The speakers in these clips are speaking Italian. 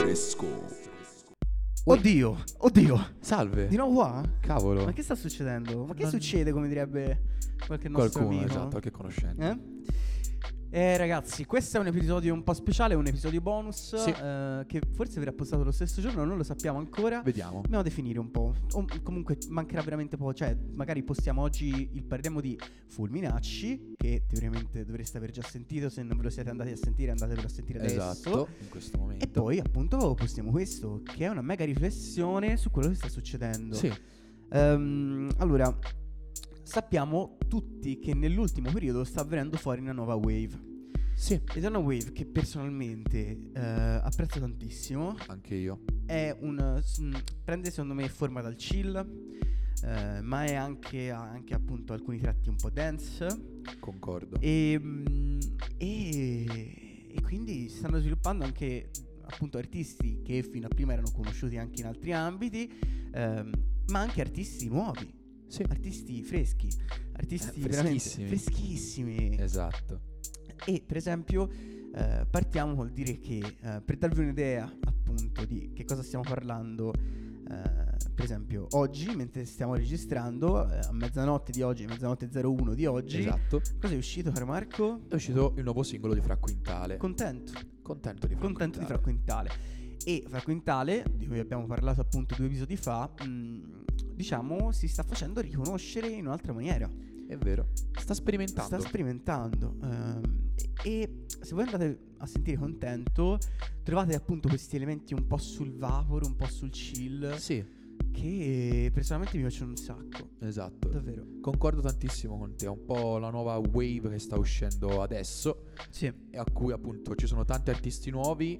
Fresco. Oddio, oddio. Salve. Di nuovo qua? Cavolo. Ma che sta succedendo? Ma che Non- succede, come direbbe qualche nostro Qualcuno, amico? esatto, che conoscente. Eh? Eh, ragazzi, questo è un episodio un po' speciale, un episodio bonus Sì. eh, che forse verrà postato lo stesso giorno, non lo sappiamo ancora. Vediamo. Dobbiamo definire un po'. O comunque mancherà veramente poco. Cioè, magari postiamo oggi il parliamo di Fulminacci, che teoricamente dovreste aver già sentito. Se non ve lo siete andati a sentire, andatevelo a sentire adesso. Esatto, in questo momento. E poi appunto postiamo questo, che è una mega riflessione su quello che sta succedendo. Sì, Ehm, allora, sappiamo tutti che nell'ultimo periodo sta avvenendo fuori una nuova wave. sì, Ed è una wave che personalmente eh, apprezzo tantissimo. anche io. È un, s- mm, prende secondo me forma dal chill, eh, ma è anche, ha anche appunto alcuni tratti un po' dance. Concordo. E, mm, e- e quindi si stanno sviluppando anche appunto artisti che fino a prima erano conosciuti anche in altri ambiti, ehm, ma anche artisti nuovi, Sì, artisti freschi, artisti Eh, veramente freschissimi. freschissimi. esatto. E per esempio eh, partiamo col dire che eh, per darvi un'idea appunto di che cosa stiamo parlando, eh, per esempio oggi mentre stiamo registrando, eh, a mezzanotte di oggi, mezzanotte 01 di oggi, Esatto. cosa è uscito caro Marco? È uscito il nuovo singolo di Fra Quintale. Contento, contento di Fra contento di Fra Quintale. Quintale. E Fra Quintale, di cui abbiamo parlato appunto due episodi fa, mh, diciamo si sta facendo riconoscere in un'altra maniera. È vero. Sta sperimentando. Sta sperimentando. ehm, e se voi andate a sentire contento, trovate appunto questi elementi un po' sul vapor, un po' sul chill, Eh, sì, che personalmente mi piacciono un sacco. esatto. Davvero. Concordo tantissimo con te, è un po' la nuova wave che sta uscendo adesso Sì. e a cui appunto ci sono tanti artisti nuovi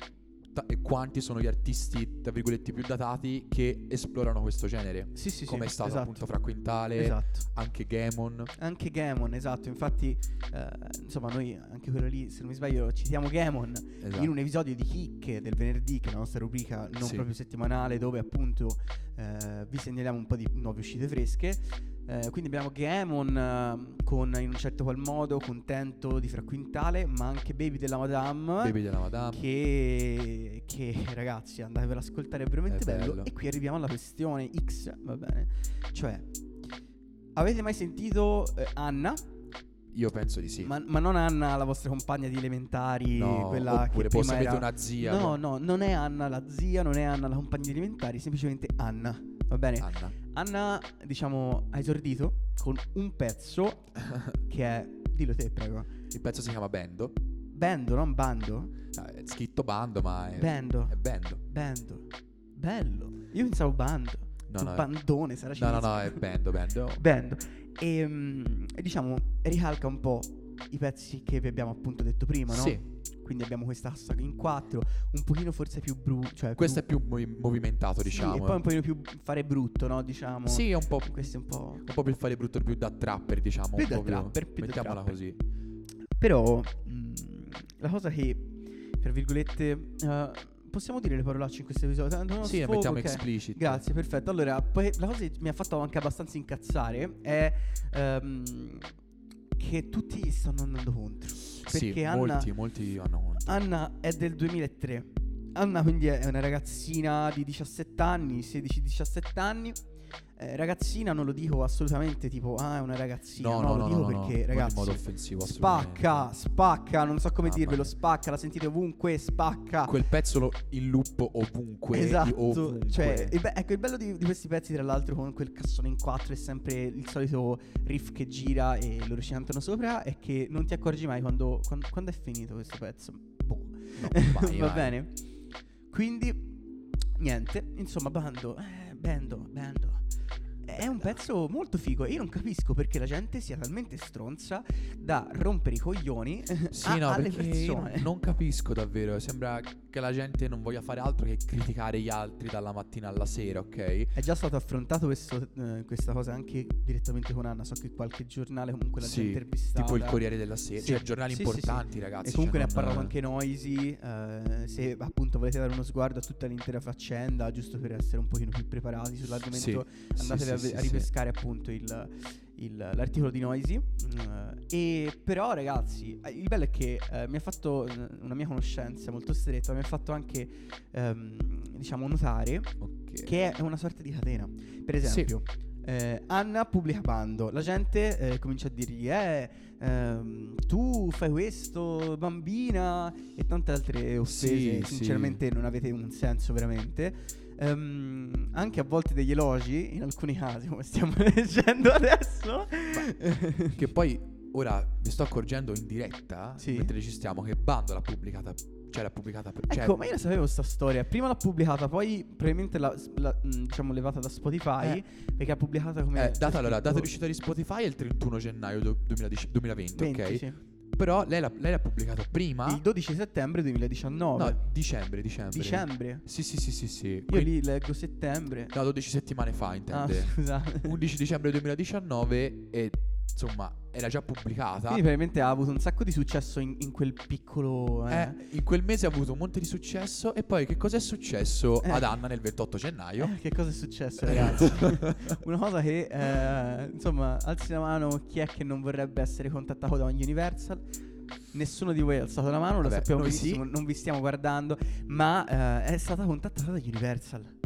ta- e quanti sono gli artisti, tra virgolette, più datati che esplorano questo genere. Sì, sì, Come è sì. stato esatto. appunto Fra Quintale, Esatto. anche Gamon. Anche Gamon, esatto, infatti, eh, insomma, noi anche quello lì, se non mi sbaglio, citiamo Gamon Esatto. in un episodio di Chicche del venerdì, che è la nostra rubrica non Sì. proprio settimanale, dove appunto eh, vi segnaliamo un po' di nuove uscite fresche. Eh, quindi abbiamo Gamon eh, con in un certo qual modo contento di Fra Quintale, ma anche Baby della Madame. Baby della Madame. Che, che, ragazzi andatevelo ad ascoltare è veramente È bello. bello. e qui arriviamo alla questione X va bene cioè avete mai sentito eh, Anna Io penso di sì. ma, ma non Anna la vostra compagna di elementari No, quella che oppure prima possiamo era... mettere una zia. no no non è Anna la zia non è Anna la compagna di elementari semplicemente Anna va bene Anna. Anna diciamo ha esordito con un pezzo che è dillo te prego Il pezzo si chiama Bendo. Bendo non Bando Ah, È scritto Bando, ma è Bendo È Bendo. Bando. Bello. Io pensavo bando. No, Tu no, è- bandone, sarà No, cinese. no, no, è Bendo, Bendo. Bando. E, mm, e diciamo, ricalca un po' i pezzi che vi abbiamo appunto detto prima, no? Sì, Quindi abbiamo questa assa in quattro, un pochino forse più brutto. Cioè questo è più movi- movimentato, Sì, diciamo. e poi un pochino più fare brutto, no? Diciamo. Sì, è un po', Questo è un po'... un po' più il fare brutto, più da trapper, diciamo. Più un da po' trapper, più da mettiamola trapper. così. Però mm, la cosa che, tra virgolette, eh, possiamo dire le parolacce in questo episodio? Tanto uno sì, ne sfogo, mettiamo ok. explicit. Grazie, perfetto. Allora, poi la cosa che mi ha fatto anche abbastanza incazzare è ehm, che tutti stanno andando contro. Sì, perché Anna- molti, molti oh, hanno conto. Anna è del 2003. Anna quindi è una ragazzina di 17 anni, 16-17 anni. Eh, ragazzina non lo dico assolutamente tipo ah è una ragazzina, no, lo dico perché non ragazzi in modo offensivo, spacca, assolutamente. spacca, non so come Mamma dirvelo, mia. spacca, la sentite ovunque, spacca. Quel pezzo lo in loop ovunque. Esatto, ovunque. cioè, il be- ecco il bello di, di questi pezzi tra l'altro con quel cassone in quattro e sempre il solito riff che gira e loro ci cantano sopra è che non ti accorgi mai quando, quan- quando è finito questo pezzo. Boh, No, vai, va vai. bene. Quindi, niente, insomma, bando, eh, bando, bando. È un pezzo molto figo e io non capisco perché la gente sia talmente stronza da rompere i coglioni Sì, a- no, alle perché io persone. non capisco davvero. Sembra che la gente non voglia fare altro che criticare gli altri dalla mattina alla sera, ok? È già stato affrontato questo, eh, questa cosa anche direttamente con Anna. So che qualche giornale comunque l'ha già Sì, intervistata. Tipo il Corriere della Sera, Sì. cioè giornali Sì, sì, importanti, ragazzi. E comunque cioè, ne ha non- parlato anche Noisy. eh, se appunto volete dare uno sguardo a tutta l'intera faccenda, giusto per essere un pochino più preparati sull'argomento, Sì, andatevi sì, a, sì, ve- a sì, sì. ripescare appunto il, il- l'articolo di Noisy. eh, e però, ragazzi, eh, il bello è che eh, mi ha fatto eh, una mia conoscenza molto stretta, mi ha fatto anche, ehm, diciamo, notare Ok. che è una sorta di catena. Per esempio, eh, Anna pubblica bando, la gente eh, comincia a dirgli: Eh, ehm, tu fai questo, bambina, e tante altre Sì, offese. sì. Sinceramente, non avete un senso veramente. Ehm, anche a volte degli elogi, in alcuni casi, come stiamo leggendo adesso. Che poi ora mi sto accorgendo in diretta Sì. mentre registriamo che Bando l'ha pubblicata. Cioè l'ha pubblicata per. cioè, Ecco, ma io la sapevo sta storia. Prima l'ha pubblicata, poi probabilmente l'ha la- mh, diciamo levata da Spotify. Eh. Perché ha pubblicata come. eh, data, allora, data di uscita scritto- di Spotify è il 31 gennaio du- 2010 2020, 20, ok? sì. Però lei l'ha, lei l'ha pubblicata prima. Il 12 settembre 2019. Ah? no, dicembre, dicembre. Dicembre. Sì, sì, sì, sì, sì. Io Quindi- lì leggo settembre. No, 12 settimane fa Ah, intende. scusa. 11 dicembre 2019 e insomma era già pubblicata. Quindi probabilmente ha avuto un sacco di successo in, in quel piccolo... eh. Eh, in quel mese ha avuto un monte di successo e poi che cosa è successo Eh. ad Anna nel 28 gennaio? Eh, Che cosa è successo ragazzi? Una cosa che, eh, insomma, alzi la mano chi è che non vorrebbe essere contattato da ogni Universal. Nessuno di voi ha alzato la mano, lo Vabbè, sappiamo noi benissimo, non vi stiamo guardando, ma eh, è stata contattata da Universal.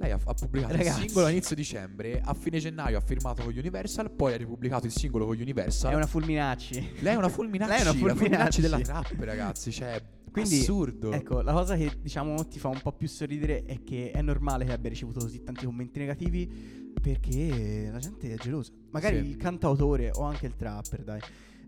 Lei ha, ha pubblicato Ragazzi. il singolo a inizio dicembre, a fine gennaio ha firmato con Universal, poi ha ripubblicato il singolo con Universal. È una fulminacci. Lei è una fulminacci, Lei è una la fulminacci. della trap, ragazzi, cioè Quindi, assurdo. Ecco, la cosa che diciamo ti fa un po' più sorridere è che è normale che abbia ricevuto così tanti commenti negativi perché la gente è gelosa. Magari Sì. il cantautore o anche il trapper, dai,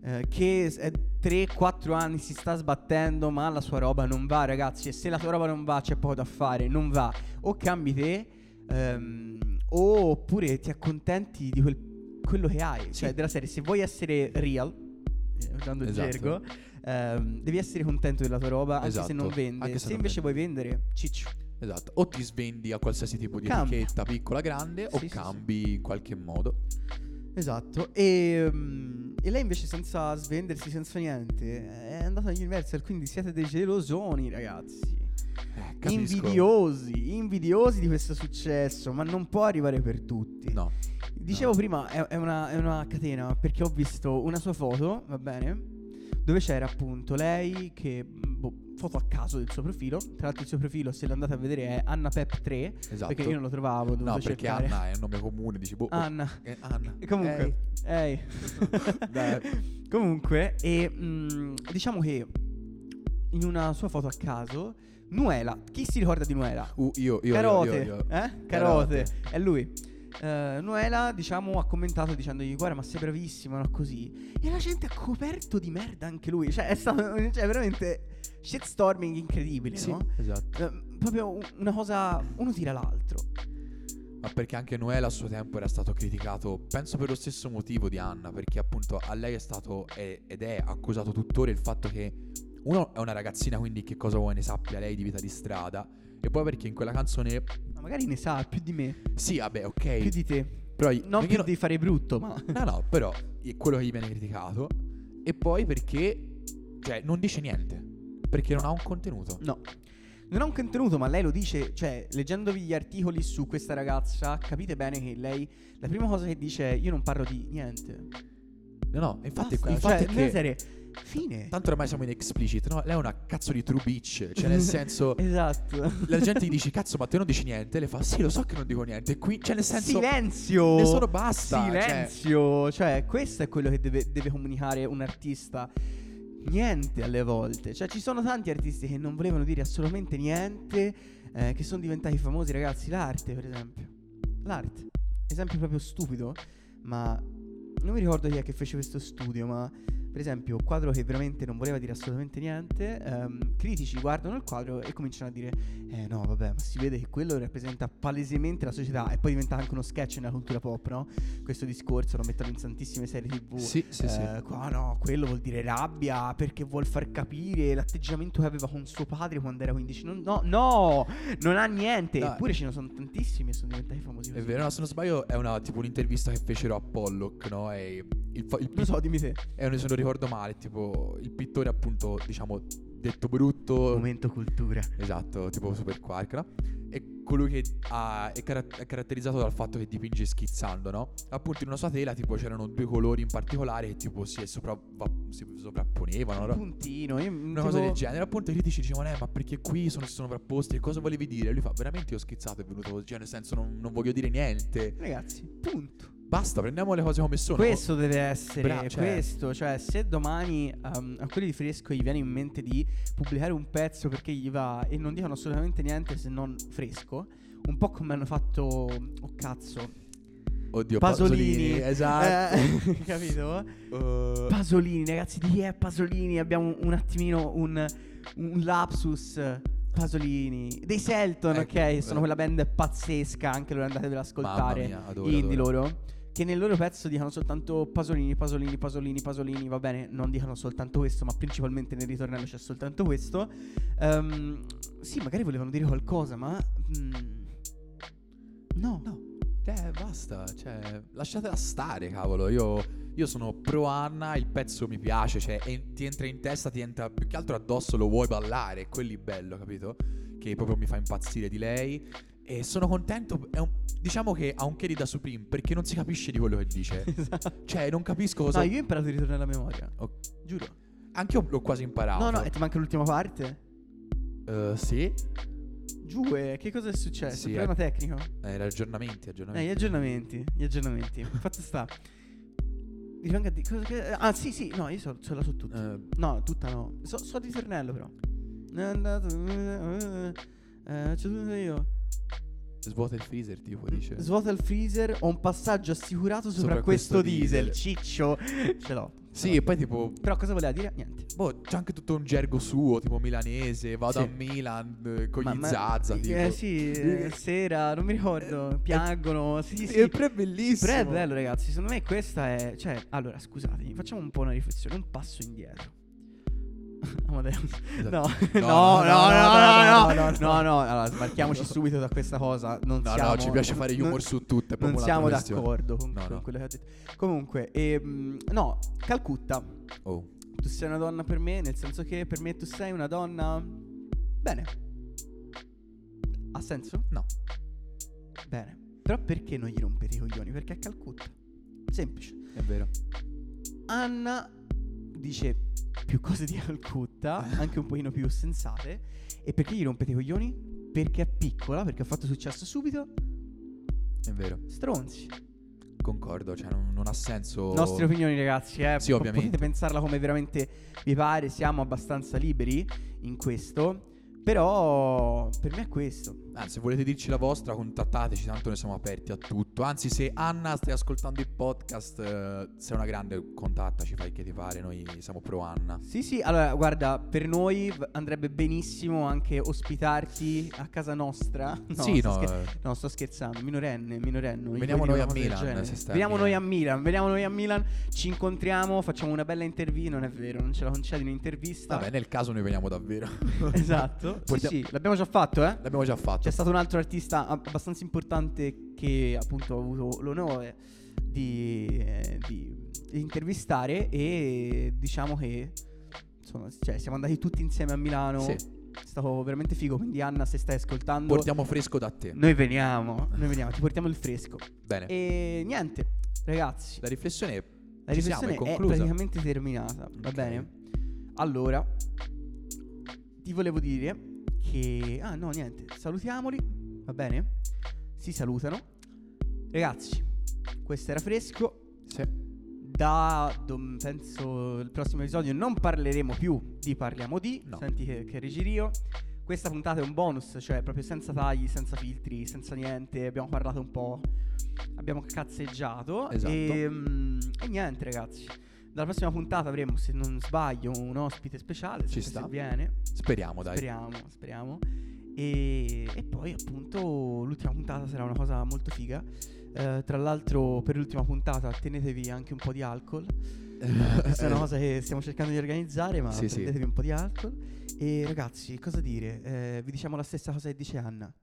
eh, che s- è 3-4 anni si sta sbattendo, ma la sua roba non va, ragazzi. E se la tua roba non va, c'è poco da fare, non va. O cambi te, ehm, oppure ti accontenti di quel- quello che hai, cioè della serie. Se vuoi essere real, eh, usando il Esatto. gergo, Ehm, devi essere contento della tua roba anche se Esatto, non vende. anche Se, se non invece vuoi vendere, ciccio. Esatto, o ti svendi a qualsiasi tipo di Cambia. etichetta, piccola, grande, Sì, o sì, sì. cambi in qualche modo. Esatto. E, mm, e lei invece senza svendersi, senza niente, è andata agli Universal, quindi siete dei gelosoni, ragazzi. Eh, capisco. Invidiosi, invidiosi di questo successo, ma non può arrivare per tutti. No. Dicevo No. prima, è, è una, è una catena perché ho visto una sua foto, va bene? Dove c'era appunto lei che. boh, foto a caso del suo profilo. Tra l'altro, il suo profilo, se l'andate a vedere, è Anna Pep 3. Esatto. Perché io non lo trovavo, ho dovuto No, perché cercare. Anna è un nome comune, dici, boh, oh, Anna. eh, Anna. Eh, E Comunque, ehi. Dai. Comunque, e mm, diciamo che in una sua foto a caso, Nuela, chi si ricorda di Nuela? Eh, uh, io, io, Carote, io, io, io. eh? Carote, Carote. è lui. Eh, Noela, diciamo, ha commentato dicendogli: Guarda, ma sei bravissimo, no? Così. E la gente ha coperto di merda anche lui. Cioè, è stato cioè, veramente shitstorming incredibile, Sì, no? esatto. Eh, proprio un- una cosa. Uno tira l'altro. Ma perché anche Noel a suo tempo era stato criticato, penso per lo stesso motivo di Anna, perché appunto a lei è stato è- ed è accusato tuttora il fatto che uno è una ragazzina, quindi che cosa vuoi ne sappia lei di vita di strada, e poi perché in quella canzone Ma magari ne sa più di me, sì, vabbè, più ok, di te. però Non perché più di fare brutto, ma. No, no, però è quello che gli viene criticato e poi perché cioè non dice niente, perché non ha un contenuto. No. Non ha un contenuto, ma lei lo dice, cioè, leggendovi gli articoli su questa ragazza, capite bene che lei, la prima cosa che dice è io non parlo di niente. No, no, infatti, Basta, infatti cioè, è nella che- serie, fine. tanto ormai siamo in explicit, no? Lei è una cazzo di true bitch, cioè nel senso Esatto. la gente gli dice cazzo ma te non dici niente le fa sì lo so che non dico niente qui cioè nel senso Silenzio. ne sono basta, cioè. Silenzio. Cioè. questo è quello che deve, deve comunicare un artista. Niente alle volte. Cioè, ci sono tanti artisti che non volevano dire assolutamente niente, eh, che sono diventati famosi, ragazzi. L'arte, per esempio. L'arte. Esempio proprio stupido, ma non mi ricordo chi è che fece questo studio, ma per esempio, quadro che veramente non voleva dire assolutamente niente, ehm, critici guardano il quadro e cominciano a dire eh no, vabbè, ma si vede che quello rappresenta palesemente la società e poi diventa anche uno sketch nella cultura pop, no? Questo discorso lo mettono in tantissime serie TV. sì sì sì Eh, qua no, quello vuol dire rabbia perché vuol far capire l'atteggiamento che aveva con suo padre quando era 15. Non- no, no, non ha niente. Dai. Eppure ce ne sono tantissimi e sono diventati famosi. è così. vero no, se non sbaglio è una tipo un'intervista che fecero a Pollock no e il, eh, fa- il Non so, dimmi te. è un- se non ricordo male tipo il pittore appunto diciamo detto brutto. Momento cultura. Esatto, tipo Super Quark, no? E colui che ha- è, cara- è caratterizzato dal fatto che dipinge schizzando, no? Appunto in una sua tela tipo c'erano due colori in particolare che tipo si, sopravva- si sovrapponevano, no? Puntino. Io, Una cosa del genere, appunto i critici dicevano, eh ma perché qui sono, si sono sovrapposti, cosa volevi dire? E lui fa, veramente io ho schizzato, è venuto così, cioè nel senso non, non voglio dire niente. Ragazzi, punto. Basta, prendiamo le cose come sono. Questo deve essere Bra- cioè- questo, cioè se domani um, a quelli di Fresco gli viene in mente di pubblicare un pezzo perché gli va e non dicono assolutamente niente se non Fresco, un po' come hanno fatto, oh cazzo, Oddio, Pasolini. esatto. Eh, capito? Eh, Pasolini, ragazzi, di chi è Pasolini? Abbiamo un- un attimino un, un lapsus. Pasolini, dei Selton, Ecco, ok? Sono eh. quella band pazzesca, anche loro andatevela ad ascoltare. Mamma mia, adoro, indie adoro. loro che nel loro pezzo dicono soltanto Pasolini, Pasolini, Pasolini, Pasolini, va bene, non dicono soltanto questo, ma principalmente nel ritornello c'è soltanto questo. Ehm, sì, magari volevano dire qualcosa, ma mm, no. No, cioè basta, cioè lasciatela stare, cavolo. Io, io sono pro Anna, il pezzo mi piace, cioè e- ti entra in testa, ti entra più che altro addosso, lo vuoi ballare, quelli bello, capito? Che proprio mi fa impazzire di lei e sono contento, è un- diciamo che ha un che da Supreme perché non si capisce di quello che dice. Esatto. Cioè, non capisco cosa No, io ho imparato il ritornello a memoria. Oh. Giuro. Anche io l'ho quasi imparato. No, no, e ti manca l'ultima parte? Eh, sì, Giù, eh, che cosa è successo? Sì, problema eh. tecnico? Eh, aggiornamenti, Eh, gli aggiornamenti. aggiornamenti, gli aggiornamenti. Fatto sta. Rimango a di- cosa che- Ah, sì, sì, no, io so, ce la so tutta. Eh, No, tutta no. So, so di ritornello però. È andato. eh, eh, C'è tutto io. svuota il freezer, Mm, tipo dice. Eh, Svuota il freezer. Ho un passaggio assicurato sopra, Sopra questo, questo diesel. diesel. Ciccio. Ce l'ho. sì, e poi tipo Però cosa voleva dire? Niente. Boh, c'è anche tutto un gergo suo, tipo milanese, vado Sì. a Milan eh, con Ma- gli ma- Zazza, tipo. Eh, Eh sì, eh, sera, non mi ricordo. Piangono. Sì, sì. Il pre è bellissimo. Però è bello, ragazzi. Secondo me questa è. Cioè, allora, scusatemi, facciamo un po' una riflessione, un passo indietro. Amadeus. No, Esatto. no, no, no, no, no, no, no, no, allora smarchiamoci subito da questa cosa. Non No, no, siamo, ci piace fare humor non- su tutto, è proprio Non un'altra siamo questione. d'accordo con, No, con no. quello che ho detto. Comunque, ehm, no, Calcutta, Oh, tu sei una donna per me, nel senso che per me tu sei una donna. Bene. Ha senso? no. Bene. Però perché non gli rompete i coglioni? Perché è Calcutta. Semplice. È vero. Anna dice più cose di Calcutta, Eh. anche un pochino più sensate. E perché gli rompete i coglioni? Perché è piccola, perché ha fatto successo subito. È vero. Stronzi. Concordo, cioè non, non ha senso. Nostre opinioni, ragazzi. Eh. Sì, po- ovviamente. Potete pensarla come veramente vi pare. Siamo abbastanza liberi in questo. Però per me è questo. Anzi, se volete dirci la vostra, contattateci, tanto noi siamo aperti a tutto. Anzi, se Anna stai ascoltando il podcast, eh, sei una grande, contattaci, fai che ti pare, noi siamo pro Anna. Sì, sì, allora guarda, per noi v- andrebbe benissimo anche ospitarti a casa nostra. No, sì, sto no. scher- eh. No, sto scherzando, minorenne, minorenne. non gli Veniamo puoi dire noi una a cosa del Milan, genere. se stai a Veniamo noi Milan. a Milan, veniamo noi a Milan, ci incontriamo, facciamo una bella intervista, non è vero, non ce la concedi un'intervista. Vabbè, nel caso noi veniamo davvero. Esatto. sì, Portiamo- sì, l'abbiamo già fatto, eh? L'abbiamo già fatto. C'è stato un altro artista ab- abbastanza importante che appunto ho avuto l'onore di, eh, di intervistare e diciamo che insomma, cioè, siamo andati tutti insieme a Milano. Sì. È stato veramente figo, quindi Anna se stai ascoltando... Portiamo fresco da te. Noi veniamo, noi veniamo, ti portiamo il fresco. Bene. E niente, ragazzi, La riflessione è la ci siamo, è riflessione è conclusa. praticamente terminata, va Ok. bene? Allora, ti volevo dire che... Ah no, niente, salutiamoli, va bene? Si salutano. Ragazzi, questo era fresco. Da dom- penso il prossimo episodio non parleremo più di Parliamo di. No. Senti che, che rigirio. Questa puntata è un bonus, cioè proprio senza tagli, senza filtri, senza niente. Abbiamo parlato un po'. Abbiamo cazzeggiato. Esatto. E, mm, e niente, ragazzi. Dalla prossima puntata avremo, se non sbaglio, un ospite speciale. Ci sempre sta. Se viene. Speriamo, dai. Speriamo, speriamo. E, e poi appunto l'ultima puntata sarà una cosa molto figa. Eh, tra l'altro per l'ultima puntata tenetevi anche un po' di alcol. Questa è una cosa che stiamo cercando di organizzare, ma Sì, sì. prendetevi un po' di alcol. E ragazzi, cosa dire? Eh, vi diciamo la stessa cosa che dice Anna.